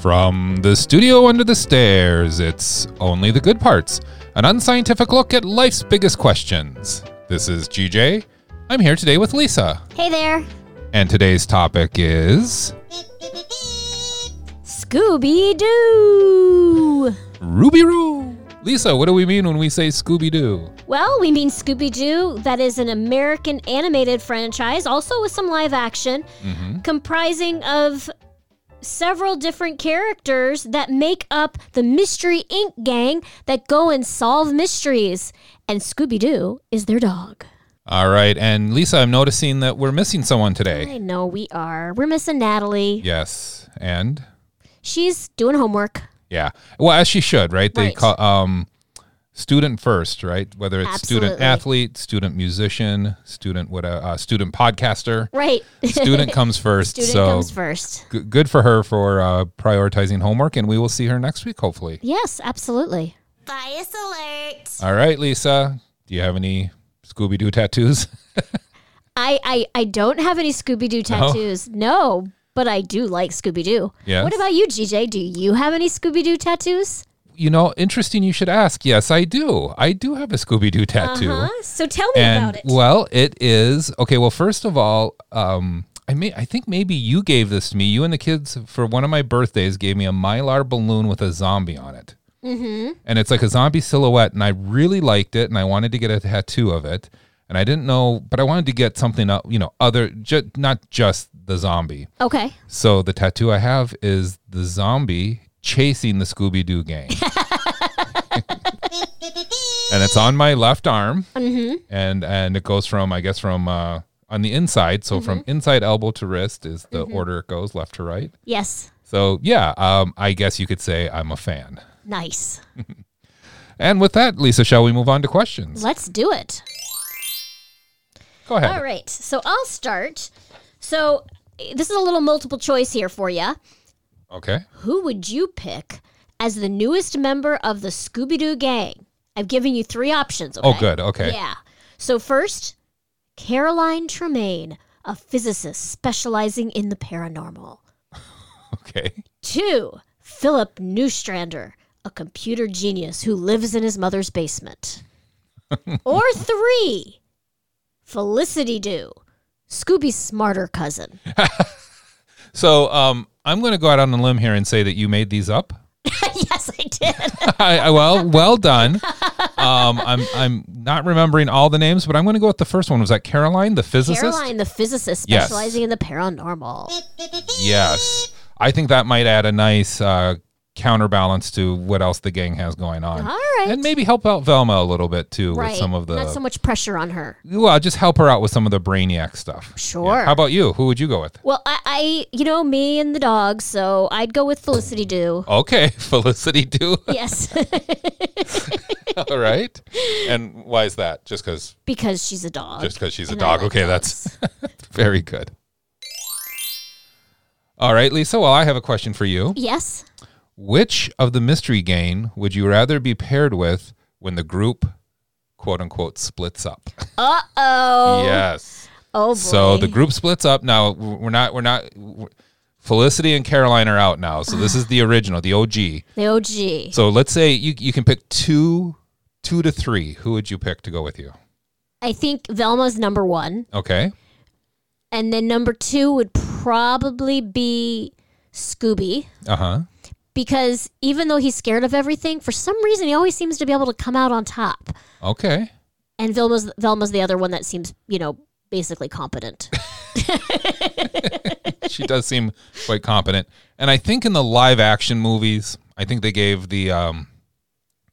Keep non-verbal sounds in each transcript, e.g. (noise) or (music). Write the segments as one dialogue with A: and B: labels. A: From the studio under the stairs, it's Only the Good Parts, an unscientific look at life's biggest questions. This is GJ. I'm here today with Lisa.
B: Hey there.
A: And today's topic is
B: Scooby Doo!
A: Ruby Roo. Lisa, what do we mean when we say Scooby Doo?
B: Well, we mean Scooby Doo, that is an American animated franchise, also with some live action, comprising of several different characters that make up the Mystery Inc. gang that go and solve mysteries. And Scooby Doo is their dog.
A: All right, and Lisa, I'm noticing that we're missing someone today.
B: I know we are. We're missing Natalie.
A: Yes, and
B: She's doing homework.
A: yeah, well, as she should, right? They
B: Right.
A: call um, student first, right? Whether it's student
B: Absolutely.
A: athlete, student musician, student what uh, student podcaster,
B: Right. (laughs)
A: student comes first.
B: Student
A: so
B: comes first.
A: g- good for her for uh, prioritizing homework, and we will see her next week, hopefully.
B: Yes, absolutely.
C: Bias alert.
A: All right, Lisa, do you have any Scooby Doo tattoos? (laughs)
B: I, I, I don't have any Scooby Doo tattoos. No. but I do like Scooby Doo.
A: Yes.
B: What about you, GJ? Do you have any Scooby Doo tattoos?
A: you know, interesting. You should ask. Yes, I do. I do have a Scooby Doo tattoo.
B: So tell me
A: and
B: about it.
A: well, it is okay. Well, first of all, um, I may I think maybe you gave this to me. You and the kids for one of my birthdays gave me a mylar balloon with a zombie on it, mm-hmm. and it's like a zombie silhouette. And I really liked it, and I wanted to get a tattoo of it. And I didn't know, but I wanted to get something up, you know, other, ju- not just the zombie.
B: okay.
A: So the tattoo I have is the zombie chasing the Scooby Doo
B: (laughs)
A: gang. and it's on my left arm. Mm-hmm. And and it goes from I guess from uh, on the inside, so from
B: Mm-hmm.
A: inside elbow to wrist is the order it goes left to right.
B: Yes.
A: So yeah, um, I guess you could say I'm a fan.
B: Nice.
A: And with that, Lisa, shall we move on to questions?
B: Let's do it.
A: Go ahead.
B: All right. So I'll start. So this is a little multiple choice here for you.
A: Okay.
B: Who would you pick as the newest member of the Scooby Doo gang? I've given you three options. Okay?
A: Oh, good. Okay.
B: Yeah. So, first, Caroline Tremaine, a physicist specializing in the paranormal.
A: (laughs) Okay.
B: Two, Philip Newstrander, a computer genius who lives in his
A: (laughs)
B: mother's basement. or three, Felicity Dew, Scooby's smarter cousin. (laughs)
A: So um, I'm going to go out on a limb here and say that you made these up.
B: yes, I did.
A: (laughs) I, I- well, well done. Um, I'm I'm not remembering all the names, but I'm going to go with the first one. Was that Caroline, the physicist?
B: Caroline, the physicist
A: Yes.
B: specializing in the paranormal.
A: Yes, I think that might add a nice uh, counterbalance to what else the gang has going on.
B: All right.
A: and maybe help out Velma a little bit too
B: Right.
A: with some of the.
B: Not so much pressure on her.
A: well, just help her out with some of the brainiac stuff. Yeah.
B: Sure.
A: How about you? Who would you go with?
B: Well, I, I, you know, me and the dog, so I'd go with
A: (laughs)
B: Felicity Dew.
A: Okay, Felicity Dew.
B: Yes, (laughs)
A: all right. And why is that? Just because?
B: because she's a dog.
A: Just because she's a
B: And I
A: dog.
B: like
A: okay, that's
B: dogs.
A: Very good. All right, Lisa. Well, I have a question for you.
B: yes.
A: Which of the mystery gang would you rather be paired with when the group, quote unquote, splits up?
B: Uh oh.
A: Yes.
B: Oh boy.
A: So the group splits up. Now we're not. We're not. we're- Felicity and Caroline are out now. So this is the original, the OG.
B: the OG.
A: So let's say you you can pick two, two to three. Who would you pick to go with you?
B: I think Velma's number one,
A: Okay.
B: and then number two would probably be Scooby.
A: Uh huh.
B: Because even though he's scared of everything, for some reason he always seems to be able to come out on top.
A: Okay.
B: And Velma's Velma's the other one that seems, you know,
A: (laughs)
B: basically competent.
A: she does seem quite competent. And I think in the live action movies, I think they gave the um,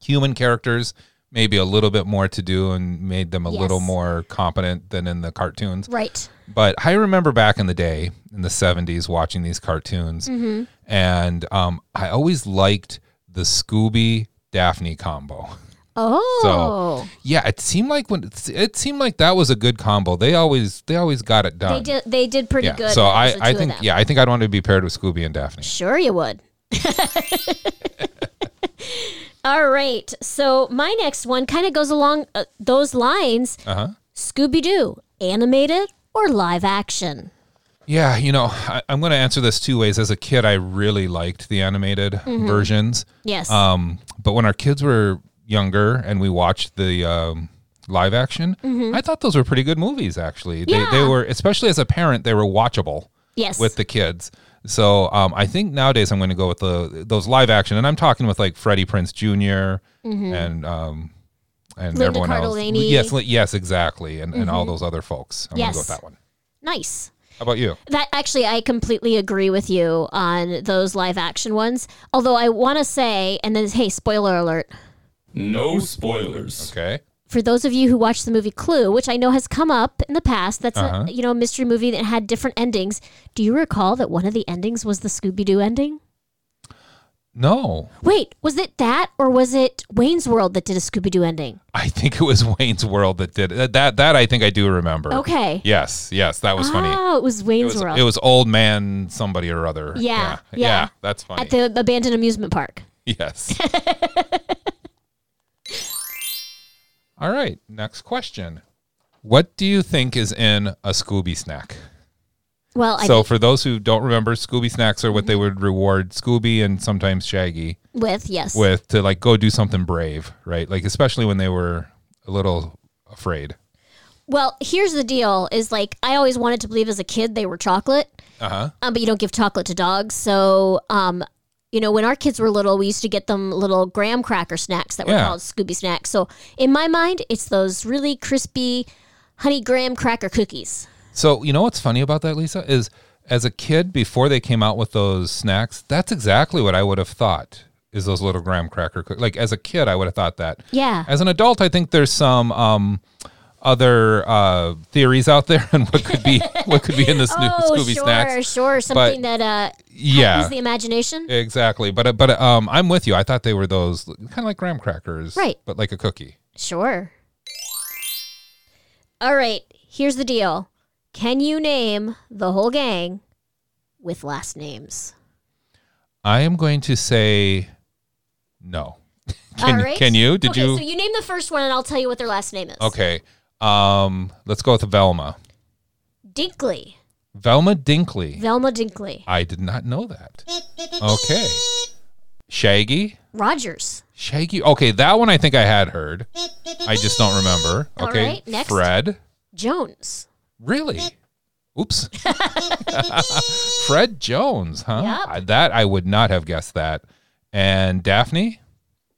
A: human characters maybe a little bit more to do and made them a
B: Yes.
A: little more competent than in the cartoons.
B: right.
A: But I remember back in the day, in the 70s, watching these cartoons.
B: Mm-hmm.
A: And um, I always liked the Scooby Daphne combo.
B: Oh.
A: Yeah, it seemed like when it seemed like that was a good combo. They always they always got it done.
B: they did they did pretty
A: Uh, yeah.
B: good.
A: So
B: when it was
A: I,
B: the
A: I
B: two of
A: think
B: them.
A: yeah, I think I'd want to be paired with Scooby and Daphne.
B: Sure, you would. (laughs) All right. So my next one kind of goes along uh, those lines.
A: Uh-huh.
B: Scooby Doo, animated or live action?
A: Yeah, you know, I, I'm going to answer this two ways. As a kid, I really liked the animated
B: Mm-hmm.
A: versions.
B: Yes.
A: Um, but when our kids were younger and we watched the um, live action, I thought those were pretty good movies. Actually, they, they
B: Mm-hmm. Yeah.
A: were, especially as a parent, they were watchable
B: yes.
A: with the kids. So um, I think nowadays I'm going to go with the those live action, and I'm talking with like Freddie Prince junior and um, and
B: Mm-hmm. Linda
A: everyone
B: Cardellini. Mm-hmm.
A: else. Yes, li- yes, exactly, and, and all those other folks. I'm going to go with
B: Yes.
A: that one.
B: nice.
A: How about you?
B: That actually, I completely agree with you on those live action ones. Although I want to say, and then hey, spoiler alert
D: No spoilers.
A: Okay.
B: for those of you who watched the movie Clue, which I know has come up in the past. That's
A: Uh-huh.
B: a you know a mystery movie that had different endings. Do you recall that one of the endings was the Scooby Doo ending?
A: No,
B: Wait, was it that or was it Wayne's World that did a Scooby Doo ending?
A: I think it was (laughs) Wayne's World that did it. That that I think I do remember.
B: Okay.
A: Yes, yes, that was funny.
B: Oh, it was
A: It
B: Wayne's
A: was,
B: World
A: it was old man somebody or other.
B: Yeah,
A: Yeah,
B: yeah.
A: yeah, that's funny.
B: at the abandoned amusement park. (laughs)
A: yes. All right, next question. What do you think is in a Scooby snack?
B: Well, I Mm-hmm.
A: so, for those who don't remember, Scooby snacks are what they would reward Scooby and sometimes Shaggy
B: with yes,
A: with to like go do something brave, right? Like, especially when they were a little afraid.
B: Well, here's the deal: is like I always wanted to believe as a kid they were chocolate,
A: Uh huh.
B: um, but you don't give chocolate to dogs. So, um, you know, when our kids were little, we used to get them little graham cracker snacks that were
A: Yeah.
B: called Scooby snacks. So, in my mind, it's those really crispy honey graham cracker cookies.
A: So you know what's funny about that, Lisa, is as a kid before they came out with those snacks, that's exactly what I would have thought is those little graham cracker cook. Like as a kid, I would have thought that.
B: Yeah.
A: As an adult, I think there's some um, other uh, theories out there on what could
B: (laughs)
A: be what could be in this new
B: oh,
A: Scooby
B: sure,
A: snacks.
B: sure, something that uh,
A: Yeah.
B: is the imagination.
A: Exactly, but but um, I'm with you. I thought they were those kind of like graham crackers,
B: Right.
A: But like a cookie.
B: Sure. All right, here's the deal. Can you name the whole gang with last names?
A: I am going to say no. (laughs) Can,
B: All right.
A: can you? Did
B: okay,
A: you?
B: So you name the first one, and I'll tell you what their last name is.
A: Okay. Um, let's go with Velma.
B: Dinkley,
A: Velma Dinkley.
B: Velma Dinkley,
A: I did not know that. Okay. Shaggy.
B: Rogers.
A: Shaggy. Okay, that one I think I had heard. I just don't remember.
B: All
A: Okay.
B: right, next.
A: Fred.
B: Jones.
A: Really? Oops. (laughs) Fred Jones, huh?
B: Yep.
A: I- That I would not have guessed that. And Daphne?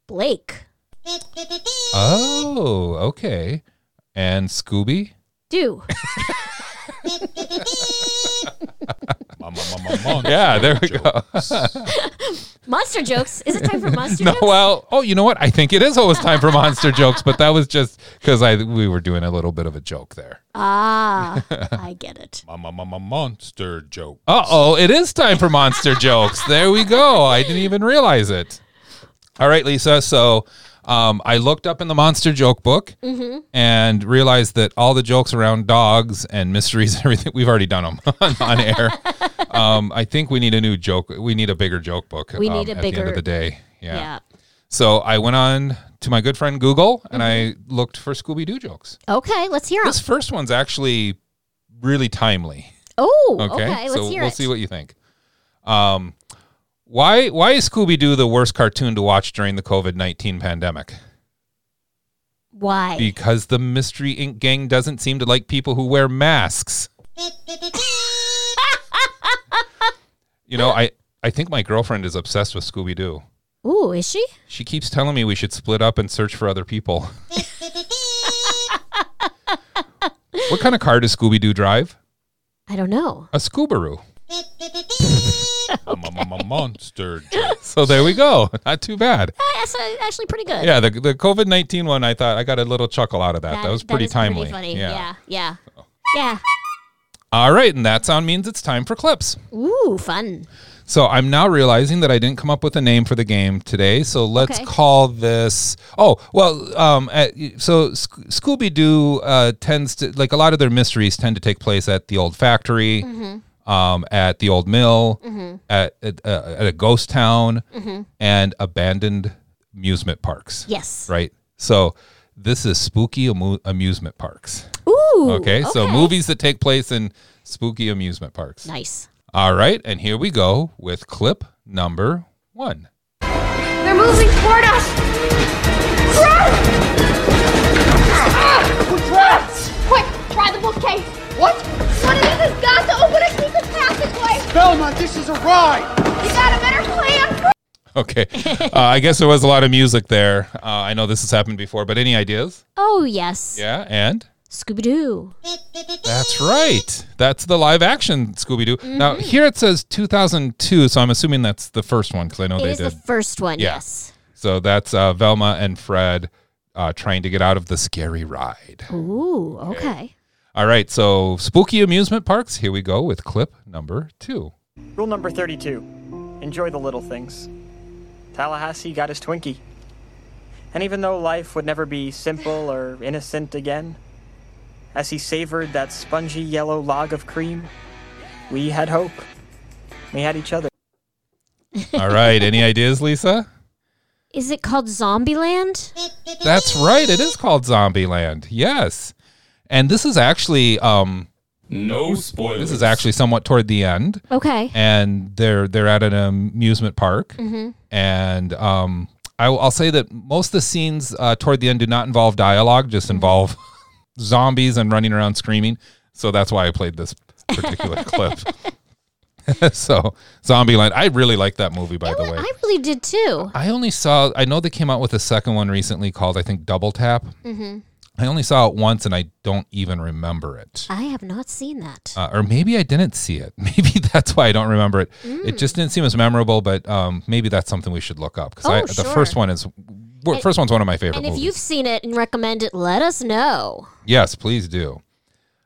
B: Blake.
A: Oh, okay. And Scooby? (laughs)
B: Do.
A: (laughs) Yeah, there we go.
B: monster jokes. Is it time for
A: (laughs)
B: monster
A: No,
B: jokes?
A: well, oh, you know what? I think it is always time for
B: (laughs)
A: monster jokes, but that was just because I we were doing a little bit of a joke there. (laughs)
B: Ah, I get it.
D: Monster joke.
A: Uh oh, it is time for monster jokes. There we go. I didn't even realize it. All right, Lisa. So um, I looked up in the monster joke book
B: Mm-hmm.
A: and realized that all the jokes around dogs and mysteries and everything, we've already done them (laughs) on, on
B: (laughs)
A: air. Um, I think we need a new joke. We need a bigger joke book.
B: We
A: um,
B: need a
A: at the end
B: bigger-
A: of the day. yeah.
B: Yeah.
A: So I went on to my good friend Google and I looked for Scooby Doo jokes.
B: Okay, let's hear them.
A: This first one's actually really timely.
B: Oh, okay.
A: Okay,
B: let's
A: so
B: hear
A: we'll
B: it.
A: see what you think. Um, why why is Scooby Doo the worst cartoon to watch during the COVID nineteen pandemic?
B: Why?
A: Because the Mystery Inc. gang doesn't seem to like people who wear masks. You know, I I think my girlfriend is obsessed with Scooby Doo.
B: (laughs) Ooh, is she?
A: She keeps telling me we should split up and search for other
B: (laughs)
A: people. what kind of car does Scooby Doo drive?
B: I don't know.
A: A Scoobaroo.
D: Monster joke.
A: (laughs) So there we go. Not too bad.
B: Ah, That's uh, actually pretty good.
A: Yeah, the, the COVID 19 one, I thought I got a little chuckle out of that. That, was pretty
B: is
A: timely. Oh.
B: funny. Yeah. Yeah. Yeah.
A: All right. And that sound means it's time for clips.
B: Ooh, fun.
A: So I'm now realizing that I didn't come up with a name for the game today. So let's
B: Okay.
A: call this. Oh well, um, at, so Sc- Scooby Doo uh, tends to like a lot of their mysteries tend to take place at the old factory,
B: Mm-hmm.
A: um, at the old mill, at at, uh, at a ghost town,
B: Mm-hmm.
A: and abandoned amusement parks.
B: Yes.
A: Right. So this is spooky amu- amusement parks.
B: Ooh.
A: Okay? So movies that take place in spooky amusement parks.
B: Nice.
A: All right, and here we go with clip number one. (laughs)
E: They're moving toward us! Run! We're trapped! Quick, try the bookcase! What? One of these has got to open a secret passageway!
F: Belmont, this is a ride!
E: You got a better plan?
A: Okay, uh, I guess there was a lot of music there. Uh, I know this has happened before, but any ideas?
B: Oh, yes.
A: Yeah, and
B: Scooby Doo.
A: that's right. That's the live action Scooby Doo.
B: Mm-hmm.
A: Now here it says 2002, so I'm assuming that's the first one because I know
B: It
A: they
B: is
A: did.
B: the first one,
A: Yeah.
B: yes.
A: so that's uh, Velma and Fred uh, trying to get out of the scary ride.
B: Ooh, okay.
A: All right, so spooky amusement parks. Here we go with clip number two.
G: Rule number 32 enjoy the little things. Tallahassee got his Twinkie. And even though life would never be simple or innocent again, as he savored that spongy yellow log of cream, we had hope. We had each other.
A: All right,
B: (laughs)
A: any ideas, Lisa?
B: Is it called Zombieland?
A: That's right. It is called Zombieland. Yes. And this is actually um
D: No spoilers.
A: this is actually somewhat toward the end
B: Okay.
A: and they're they're at an amusement park and um I, will- I'll say that most of the scenes uh, toward the end do not involve dialogue, just involve (laughs) zombies and running around screaming. So that's why I played this particular clip. (laughs) so Zombieland, I really like that movie. By the way,
B: Oh, I really did too.
A: I only saw. I know they came out with a second one recently called I think Double Tap. Mm-hmm. I only saw it once, and I don't even remember it.
B: I have not seen that.
A: Uh, or maybe I didn't see it. (laughs) Maybe that's why I don't remember it.
B: Mm.
A: It just didn't seem as memorable. But um, maybe that's something we should look up because
B: Oh,
A: the
B: sure.
A: first one is wor- first one's one of my favorite
B: and if
A: movies.
B: you've seen it and recommend it, let us know.
A: yes, please do.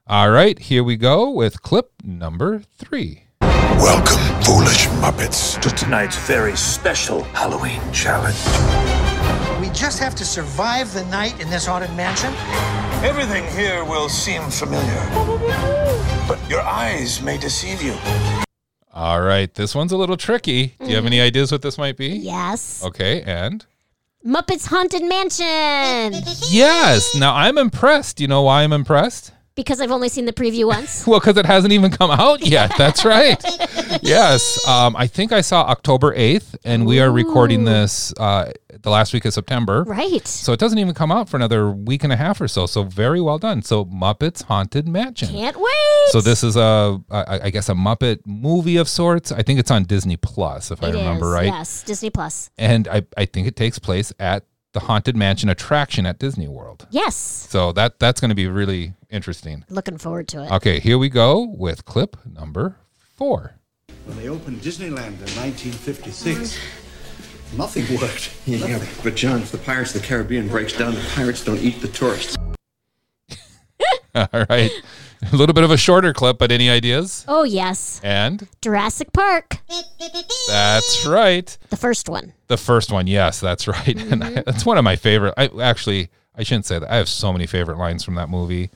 A: All right, here we go with clip number three.
H: Welcome, foolish Muppets.
I: to tonight's very special Halloween challenge.
F: We just have to survive the night in this haunted mansion.
I: Everything here will seem familiar, but your eyes may deceive you.
A: All right, this one's a little tricky. Do you have any ideas what this might be?
B: Mm-hmm. Yes.
A: Okay, and.
B: Muppets Haunted (laughs) Mansion.
A: Yes. Now I'm impressed. You know why I'm impressed?
B: Because I've only seen the preview (laughs) once.
A: Well, because it hasn't even come out yet. That's
B: (laughs)
A: right. yes. Um, I think I saw October 8th, and we are recording this uh, the last week of September.
B: right.
A: So it doesn't even come out for another week and a half or so. So very well done. So Muppets Haunted Mansion.
B: Can't wait.
A: so this is a, I I guess, a Muppet movie of sorts. I think it's on Disney Plus, if I
B: It
A: remember
B: is,
A: right.
B: Yes, Disney Plus.
A: And I, I think it takes place at the Haunted Mansion attraction at Disney World.
B: Yes.
A: So that that's going to be really interesting.
B: Looking forward to it.
A: Okay, here we go with clip number four. (laughs)
J: When they opened Disneyland in 1956, nothing worked.
H: (laughs) Yeah, but John, if the Pirates of the Caribbean breaks down, the pirates don't eat the tourists.
A: All right, a little bit of a shorter clip, but any ideas?
B: Oh, yes.
A: And
B: Jurassic Park,
A: that's right,
B: the first one.
A: the first one. Yes, that's right, (laughs) and I, that's one of my favorite. I actually I shouldn't say that. I have so many favorite lines from that movie,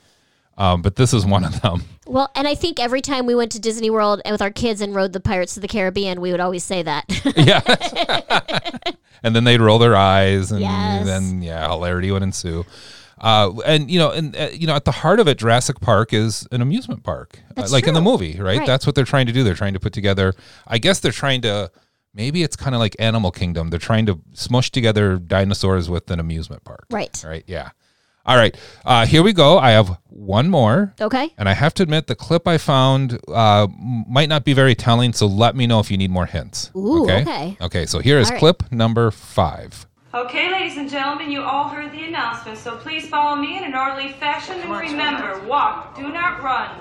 A: um, but this is one of them.
B: Well, and I think every time we went to Disney World and with our kids and rode the Pirates of the Caribbean, we would always say that. (laughs)
A: yeah. and then they'd roll their eyes, and
B: Yes.
A: then yeah, hilarity would ensue. Uh, and you know, and uh, you know, at the heart of it, Jurassic Park is an amusement park, uh, like in the movie, right?
B: Right.
A: That's what they're trying to do. They're trying to put together. I guess they're trying to. Maybe it's kind of like Animal Kingdom. They're trying to smush together dinosaurs with an amusement park.
B: right.
A: Right. Yeah. All right. Uh, here we go. I have one more.
B: Okay.
A: And I have to admit, the clip I found uh, m- might not be very telling, so let me know if you need more hints.
B: Ooh,
A: okay.
B: okay.
A: so here is
B: All right.
A: clip number five.
K: Okay, ladies and gentlemen, you all heard the announcement, so please follow me in an orderly fashion and remember, walk, do not run.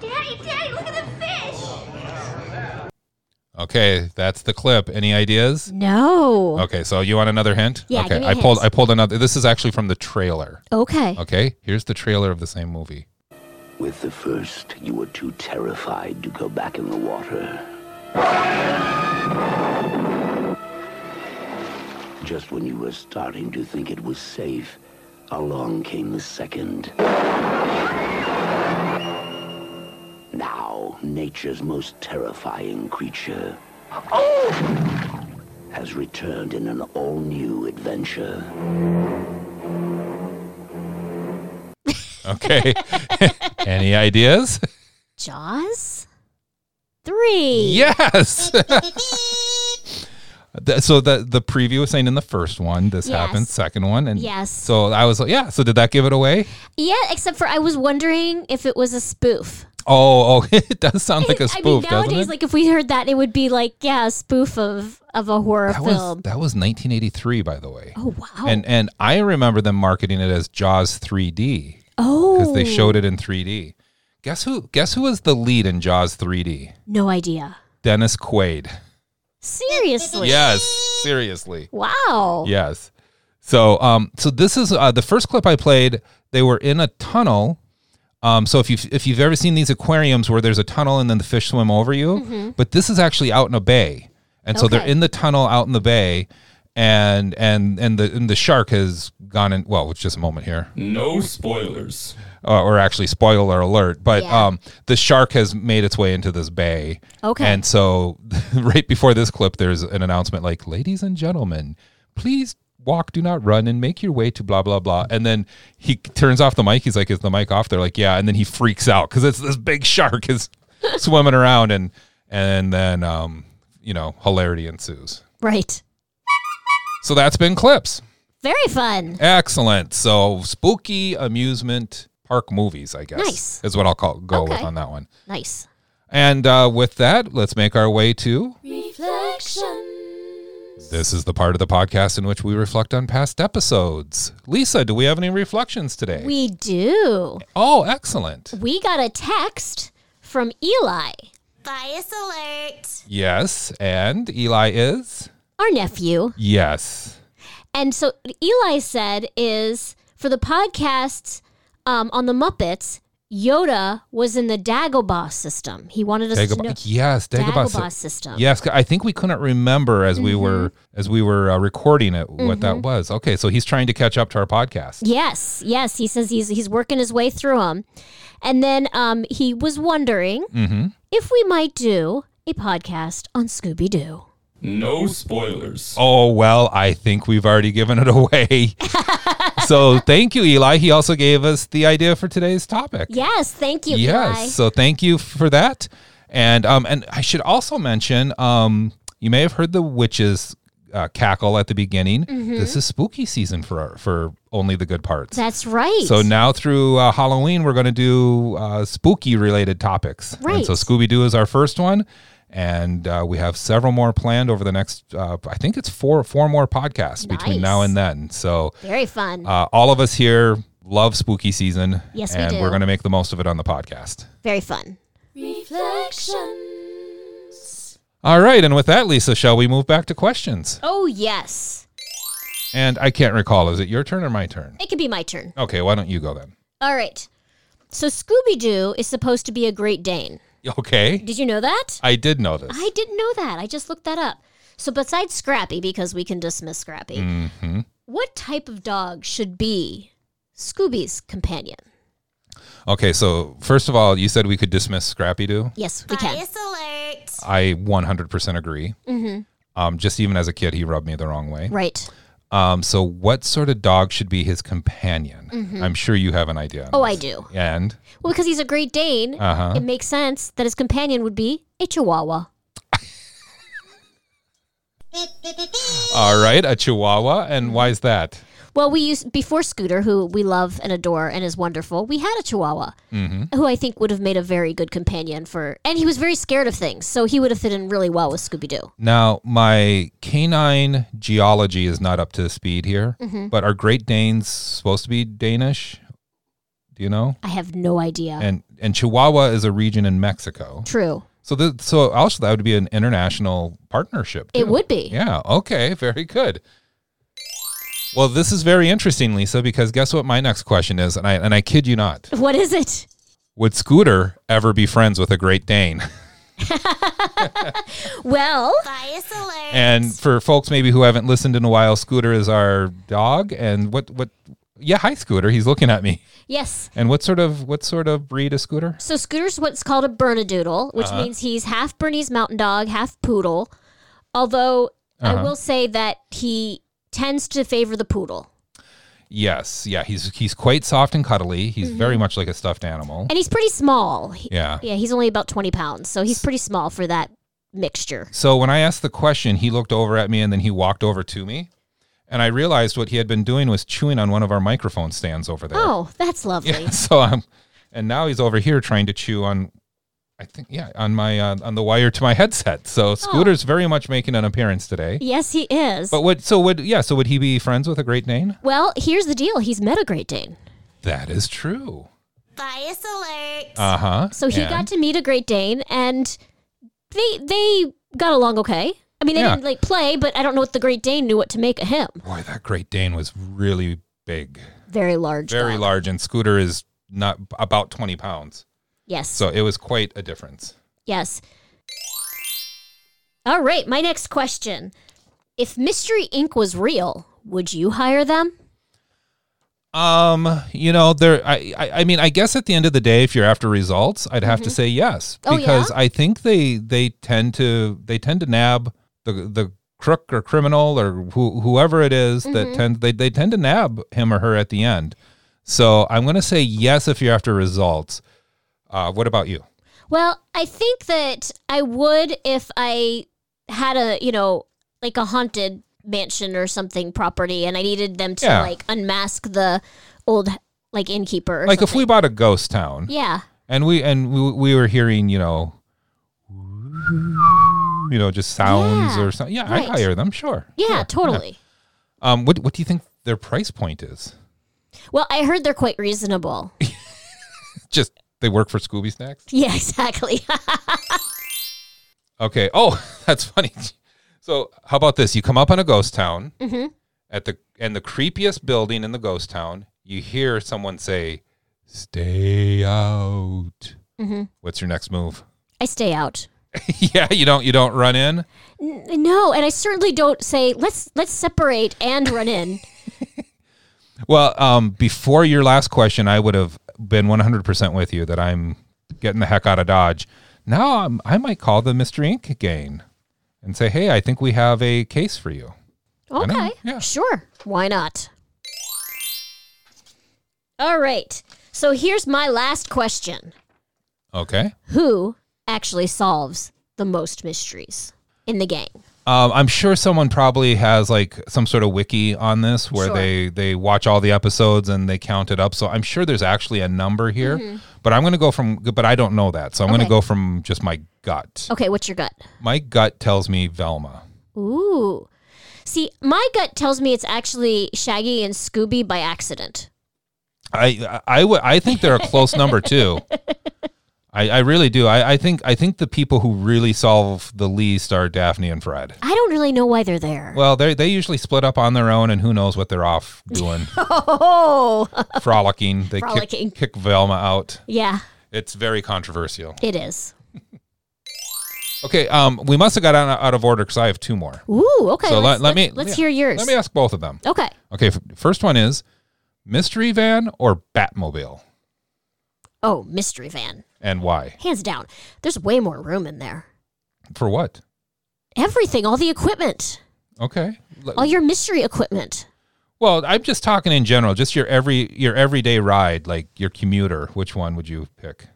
E: Daddy, Daddy, look at the fish!
A: Okay, that's the clip. Any ideas?
B: No.
A: Okay, so you want another hint?
B: Yeah,
A: okay,
B: give me
A: I
B: a
A: pulled
B: hint.
A: I pulled another. This is actually from the trailer.
B: Okay.
A: Okay, here's the trailer of the same movie.
I: With the first, you were too terrified to go back in the water. Just when you were starting to think it was safe, along came the second. Now, nature's most terrifying creature has returned in an all-new adventure.
B: (laughs)
A: Okay. Any ideas?
B: Jaws? Three. (laughs)
A: Yes. Th- so the the preview was saying in the first one this
B: Yes.
A: happened, second one, and
B: Yes.
A: So I was like, yeah. So did that give it away?
B: Yeah, except for I was wondering if it was a spoof.
A: Oh, (laughs) oh, it does sound like a
B: (laughs) I
A: spoof,
B: mean,
A: doesn't
B: nowadays,
A: it?
B: like if we heard that, it would be like, yeah, a spoof of of a horror
A: that was
B: film.
A: that was 1983, by the way.
B: oh wow.
A: And and I remember them marketing it as Jaws 3D
B: oh,
A: because they showed it in 3D. Guess who? Guess who was the lead in Jaws 3D?
B: No idea.
A: Dennis Quaid.
B: Seriously.
A: Yes, seriously.
B: Wow.
A: Yes. So, um, so this is uh, the first clip I played. They were in a tunnel. Um, so if you have if you've ever seen these aquariums where there's a tunnel and then the fish swim over you, but this is actually out in a bay, and so they're
B: Okay.
A: in the tunnel out in the bay, and and and the and the shark has gone in. Well, it's just a moment here
D: No spoilers.
A: uh, or actually spoiler alert, but
B: Yeah.
A: um, the shark has made its way into this bay.
B: Okay.
A: And so, (laughs) right before this clip, there's an announcement like, "Ladies and gentlemen, please walk, do not run, and make your way to blah blah blah." And then he turns off the mic. He's like, "Is the mic off?" They're like, "Yeah." And then he freaks out because it's this big shark
B: (laughs)
A: is swimming around, and and then um, you know hilarity ensues.
B: Right.
A: So that's been clips.
B: Very fun.
A: Excellent. So spooky amusement park movies, I guess,
B: Nice.
A: is what I'll call go with
B: Okay.
A: on that one.
B: Nice.
A: And uh, with that, let's make our way to
B: Reflection.
A: this is the part of the podcast in which we reflect on past episodes. Lisa, do we have any reflections today?
B: We do.
A: oh, excellent.
B: We got a text from Eli,
C: Bias alert.
A: Yes, and Eli is
B: our nephew.
A: yes.
B: And so Eli said is for the podcasts um, on the Muppets, Yoda was in the Dagobah system. He wanted us to know
A: Dagobah, yes, Dagobah,
B: Dagobah
A: sy-
B: system. Mm-hmm.
A: Yes, 'cause I think we couldn't remember as we were as we were uh, recording it what that was. Okay, so he's trying to catch up to our podcast.
B: Yes, yes. He says he's he's working his way through them, and then um, he was wondering
A: Mm-hmm.
B: if we might do a podcast on Scooby Doo.
D: No spoilers.
A: (laughs) Oh, well, I think we've already given it away. so thank you, Eli. He also gave us the idea for today's topic.
B: Yes, thank you,
A: yes.
B: Eli.
A: So thank you for that. And um, and I should also mention, um, you may have heard the witches uh, cackle at the beginning. This is spooky season for our, for only the good parts.
B: That's right.
A: So now through uh, Halloween, we're going to do uh, spooky related topics. And so
B: Right.
A: Scooby Doo is our first one. And uh, we have several more planned over the next, uh, I think it's four four more podcasts between now
B: Nice.
A: and then. So
B: very fun,
A: uh, all of us here love spooky season.
B: Yes, we
A: and
B: do.
A: are going to make the most of it on the podcast.
B: very fun.
A: All right. And with that, Lisa, shall we move back to questions?
B: Oh yes,
A: And I can't recall, is it your turn or my turn?
B: it could be my turn.
A: Okay. Why don't you go then? (laughs)
B: All right. So Scooby Doo is supposed to be a Great Dane.
A: Okay.
B: Did you know that?
A: I did know this.
B: I didn't know that. I just looked that up. So besides Scrappy, because we can dismiss Scrappy,
A: hmm
B: what type of dog should be Scooby's companion?
A: Okay. So, first of all, you said we could dismiss Scrappy Doo.
B: Yes, we can.
C: Bias alert.
A: I 100% agree.
B: Mm-hmm.
A: Um, just even as a kid, he rubbed me the wrong way.
B: Right.
A: Um, so, what sort of dog should be his companion? I'm sure you have an idea. on
B: Mm-hmm. Oh, I
A: this.
B: do.
A: And
B: Well, because he's a Great Dane,
A: Uh-huh.
B: it makes sense that his companion would be a Chihuahua.
A: all right, a Chihuahua. And why is that?
B: Well, we used before Scooter, who we love and adore and is wonderful. We had a Chihuahua,
A: Mm-hmm.
B: who I think would have made a very good companion for, and he was very scared of things, so he would have fit in really well with Scooby Doo.
A: Now, my canine geology is not up to speed here,
B: Mm-hmm.
A: but are Great Danes supposed to be Danish? Do you know?
B: I have no idea.
A: And and Chihuahua is a region in Mexico.
B: True,
A: So the, so also that would be an international partnership.
B: it
A: too.
B: would be.
A: Yeah. Okay. Very good. Well, this is very interesting, Lisa, because guess what? My next question is, and I and I kid you not,
B: (laughs) What is it?
A: would Scooter ever be friends with a Great Dane?
B: Well,
C: Bias alert.
A: And for folks maybe who haven't listened in a while, Scooter is our dog, and what what? Yeah, hi, Scooter. He's looking at me.
B: yes.
A: And what sort of what sort of breed is Scooter?
B: So Scooter's what's called a Bernedoodle, which
A: Uh-huh.
B: means he's half Bernese Mountain Dog, half Poodle. Although
A: Uh-huh.
B: I will say that he tends to favor the Poodle.
A: Yes, yeah, he's he's quite soft and cuddly. He's very much like a stuffed animal.
B: And he's pretty small. He-
A: Yeah.
B: Yeah, he's only about 20 pounds, so he's pretty small for that mixture.
A: So when I asked the question, he looked over at me and then he walked over to me, and I realized what he had been doing was chewing on one of our microphone stands over there.
B: Oh, that's lovely.
A: (laughs) Yeah, so I'm, and now he's over here trying to chew on, I think, yeah, on my uh, on the wire to my (laughs) headset. So Scooter's very much making an appearance today.
B: Oh. Yes, he is.
A: But would so would yeah so would he be friends with a Great Dane?
B: well, here's the deal. He's met a Great Dane.
A: That is true.
C: Bias alert.
A: Uh huh.
B: So he got to meet a Great Dane and they they got along okay. I mean, they
A: Yeah.
B: didn't like play, but I don't know what the Great Dane knew what to make of him.
A: Boy, that Great Dane was really big,
B: Very large.
A: very
B: dog.
A: large, and Scooter is not about twenty pounds.
B: Yes.
A: So it was quite a difference.
B: Yes. All right, my next question. If Mystery Inc. was real, would you hire them?
A: Um, you know, there. I, I, I mean, I guess at the end of the day, if you're after results, I'd have to say yes
B: Oh,
A: because
B: yeah?
A: I think they they tend to they tend to nab the the crook or criminal or who, whoever it is that
B: Mm-hmm.
A: tend they they tend to nab him or her at the end. So I'm gonna say yes if you're after results. Uh, what about you?
B: Well, I think that I would if I had a, you know, like a haunted mansion or something property and I needed them to
A: Yeah.
B: like unmask the old like innkeeper. Or
A: Like if
B: something.
A: we bought a ghost town
B: Yeah.
A: and we and we, we were hearing you know you know just sounds
B: Yeah,
A: or something. Yeah,
B: right.
A: I'd hire them. Sure.
B: Yeah, totally.
A: Um, what what do you think their price point is?
B: Well, I heard they're quite reasonable. (laughs)
A: Just they work for Scooby Snacks.
B: yeah, exactly. (laughs)
A: Okay. Oh, (laughs) that's funny. So how about this? You come up on a ghost town
B: Mhm.
A: at the and the creepiest building in the ghost town. You hear someone say, "Stay out."
B: Mhm.
A: What's your next move? (laughs)
B: I stay out.
A: yeah, you don't you don't run in.
B: N- No, and I certainly don't say let's let's separate and
A: (laughs)
B: run in.
A: Well, um, before your last question, I would have been 100% with you that I'm getting the heck out of Dodge. Now I'm, I might call the Mystery Inc. again and say, hey, I think we have a case for you. don't know.
B: Okay.
A: Yeah.
B: Sure. Why not? All right. So here's my last question
A: Okay.
B: Who actually solves the most mysteries in the gang?
A: Um, I'm sure someone probably has like some sort of wiki on this where
B: Sure.
A: they, they watch all the episodes and they count it up. So I'm sure there's actually a number here, but I'm going to go from, but I don't know that. So I'm going
B: Mm-hmm. Okay. Oh.
A: to go from just my gut.
B: Okay. What's your gut?
A: My gut tells me Velma.
B: Ooh. See, my gut tells me it's actually Shaggy and Scooby by accident.
A: I I would I think they're a close number too. I, I really do. I, I think I think the people who really solve the least are Daphne and Fred.
B: I don't really know why they're there.
A: Well, they they usually split up on their own, and who knows what they're off
B: (laughs)
A: doing,
B: Oh. (laughs)
A: frolicking. They
B: Frolicking.
A: Kick, kick Velma out.
B: yeah,
A: It's very controversial.
B: it is.
A: Okay, um, we must have got out, out of order because I have two more.
B: Ooh. Okay.
A: so
B: let's,
A: let, let me
B: let's
A: yeah,
B: hear yours.
A: Let me ask both of them.
B: okay.
A: Okay, f- first one is mystery van or Batmobile,
B: Oh, mystery van.
A: and why?
B: Hands down. There's way more room in there.
A: For what?
B: Everything, all the equipment,
A: Okay, L-
B: all your mystery equipment.
A: Well, I'm just talking in general, just your every your everyday ride, like your commuter. Which one would you pick?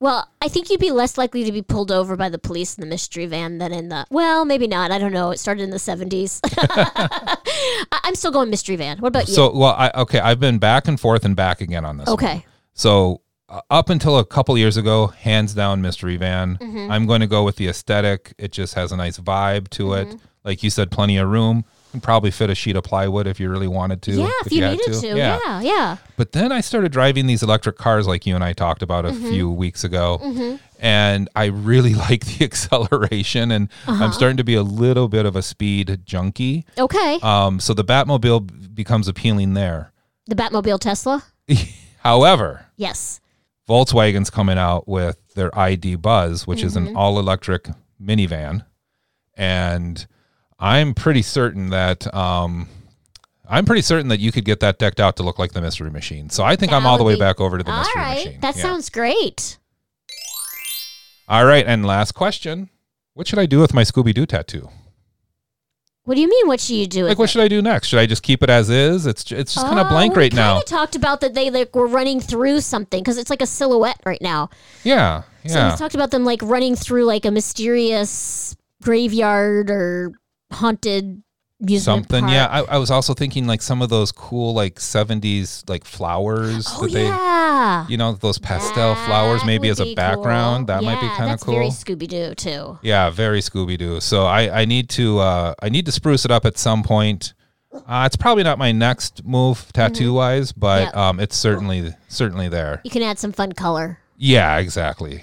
B: Well, I think you'd be less likely to be pulled over by the police in the mystery van than in the. Well, maybe not. I don't know. It started in the 70s. (laughs) I- I'm still going mystery van. What about you?
A: So, well, I okay, I've been back and forth and back again on this. one.
B: okay.
A: So, uh, up until a couple years ago, hands down mystery van.
B: Mm-hmm.
A: I'm going to go with the aesthetic. It just has a nice vibe to it.
B: Mm-hmm.
A: Like you said, plenty of room. You can probably fit a sheet of plywood if you really wanted to.
B: yeah, if you,
A: had
B: needed to. Yeah. yeah,
A: But then I started driving these electric cars like you and I talked about a few weeks ago. And I really (laughs) like the acceleration and I'm starting to be a little bit of a speed junkie.
B: Okay.
A: Um, so the Batmobile b- becomes appealing there. (laughs)
B: the Batmobile Tesla?
A: However,
B: Yes.
A: Volkswagen's coming out with their ID Buzz, which is
B: Mm-hmm.
A: an all electric minivan. And I'm pretty certain that um, I'm pretty certain that you could get that decked out to look like the mystery machine. So I think I'm
B: That
A: all the
B: would
A: way
B: be-
A: back over to the
B: All
A: mystery
B: right.
A: machine.
B: That
A: Yeah.
B: sounds great.
A: all right. And last question. What should I do with my Scooby Doo tattoo?
B: What do you mean? What should you do? with
A: Like, what should I do next? Should I just keep it as is? It's ju- it's just
B: Oh,
A: kind of blank right now.
B: I talked about that they like were running through something because it's like a silhouette right now.
A: Yeah,
B: So
A: yeah.
B: we talked about them like running through like a mysterious graveyard or haunted amusement
A: Something.
B: park.
A: Yeah, I, I was also thinking like some of those cool like '70s like flowers
B: Oh
A: that they,
B: yeah.
A: you know, those pastel flowers
B: That
A: maybe
B: would
A: as a
B: be
A: background.
B: cool.
A: That might be
B: Yeah,
A: kind of
B: that's
A: cool.
B: Very Scooby Doo too.
A: Yeah, very Scooby Doo. So I, I need to uh, I need to spruce it up at some point. Uh, it's probably not my next
B: Mm-hmm.
A: move tattoo wise, but
B: Yep.
A: um, it's certainly certainly there.
B: You can add some fun color.
A: Yeah, exactly.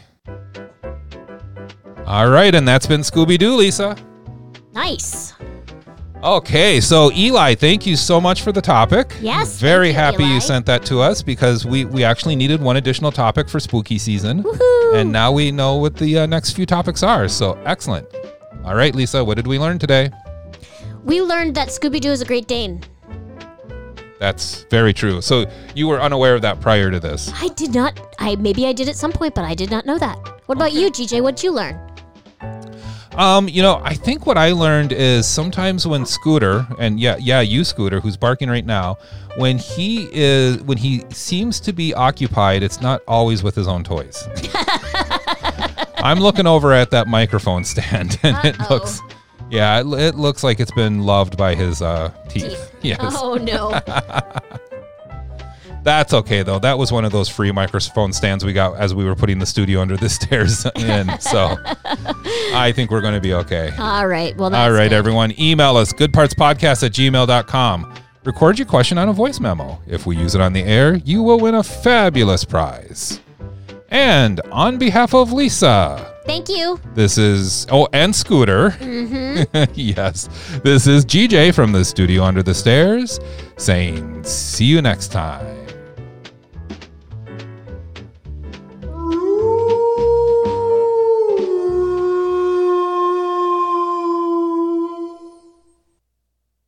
A: All right, and that's been Scooby Doo, Lisa.
B: Nice.
A: Okay, so Eli, thank you so much for the topic.
B: Yes,
A: Very
B: thank you,
A: happy
B: Eli.
A: you sent that to us because we, we actually needed one additional topic for spooky season.
B: Woohoo!
A: And now we know what the uh, next few topics are. So excellent. All right, Lisa, what did we learn today?
B: we learned that Scooby Doo is a Great Dane.
A: That's very true. So you were unaware of that prior to this.
B: I did not. I maybe I did at some point, but I did not know that. What about you, GJ? What'd you learn?
A: Um, you know, I think what I learned is sometimes when Scooter and yeah, yeah, you Scooter, who's barking right now, when he is when he seems to be occupied, it's not always with his own
B: (laughs)
A: toys. I'm looking over at that microphone stand, (laughs) and it
B: Uh-oh.
A: looks, yeah, it, it looks like it's been loved by his uh, teeth. (laughs) (laughs) Yes. (laughs)
B: Oh no.
A: That's okay though. That was one of those free microphone stands we got as we were putting the studio under the (laughs) stairs in.
B: (laughs)
A: So I think we're going to be okay.
B: All right. Well. That's
A: All right,
B: good.
A: everyone. Email us goodpartspodcast at gmail.com. Record your question on a voice memo. If we use it on the air, you will win a fabulous prize. And on behalf of Lisa,
B: Thank you.
A: this is, oh, and Scooter. (laughs) yes. This is GJ from the studio under the stairs saying, see you next time.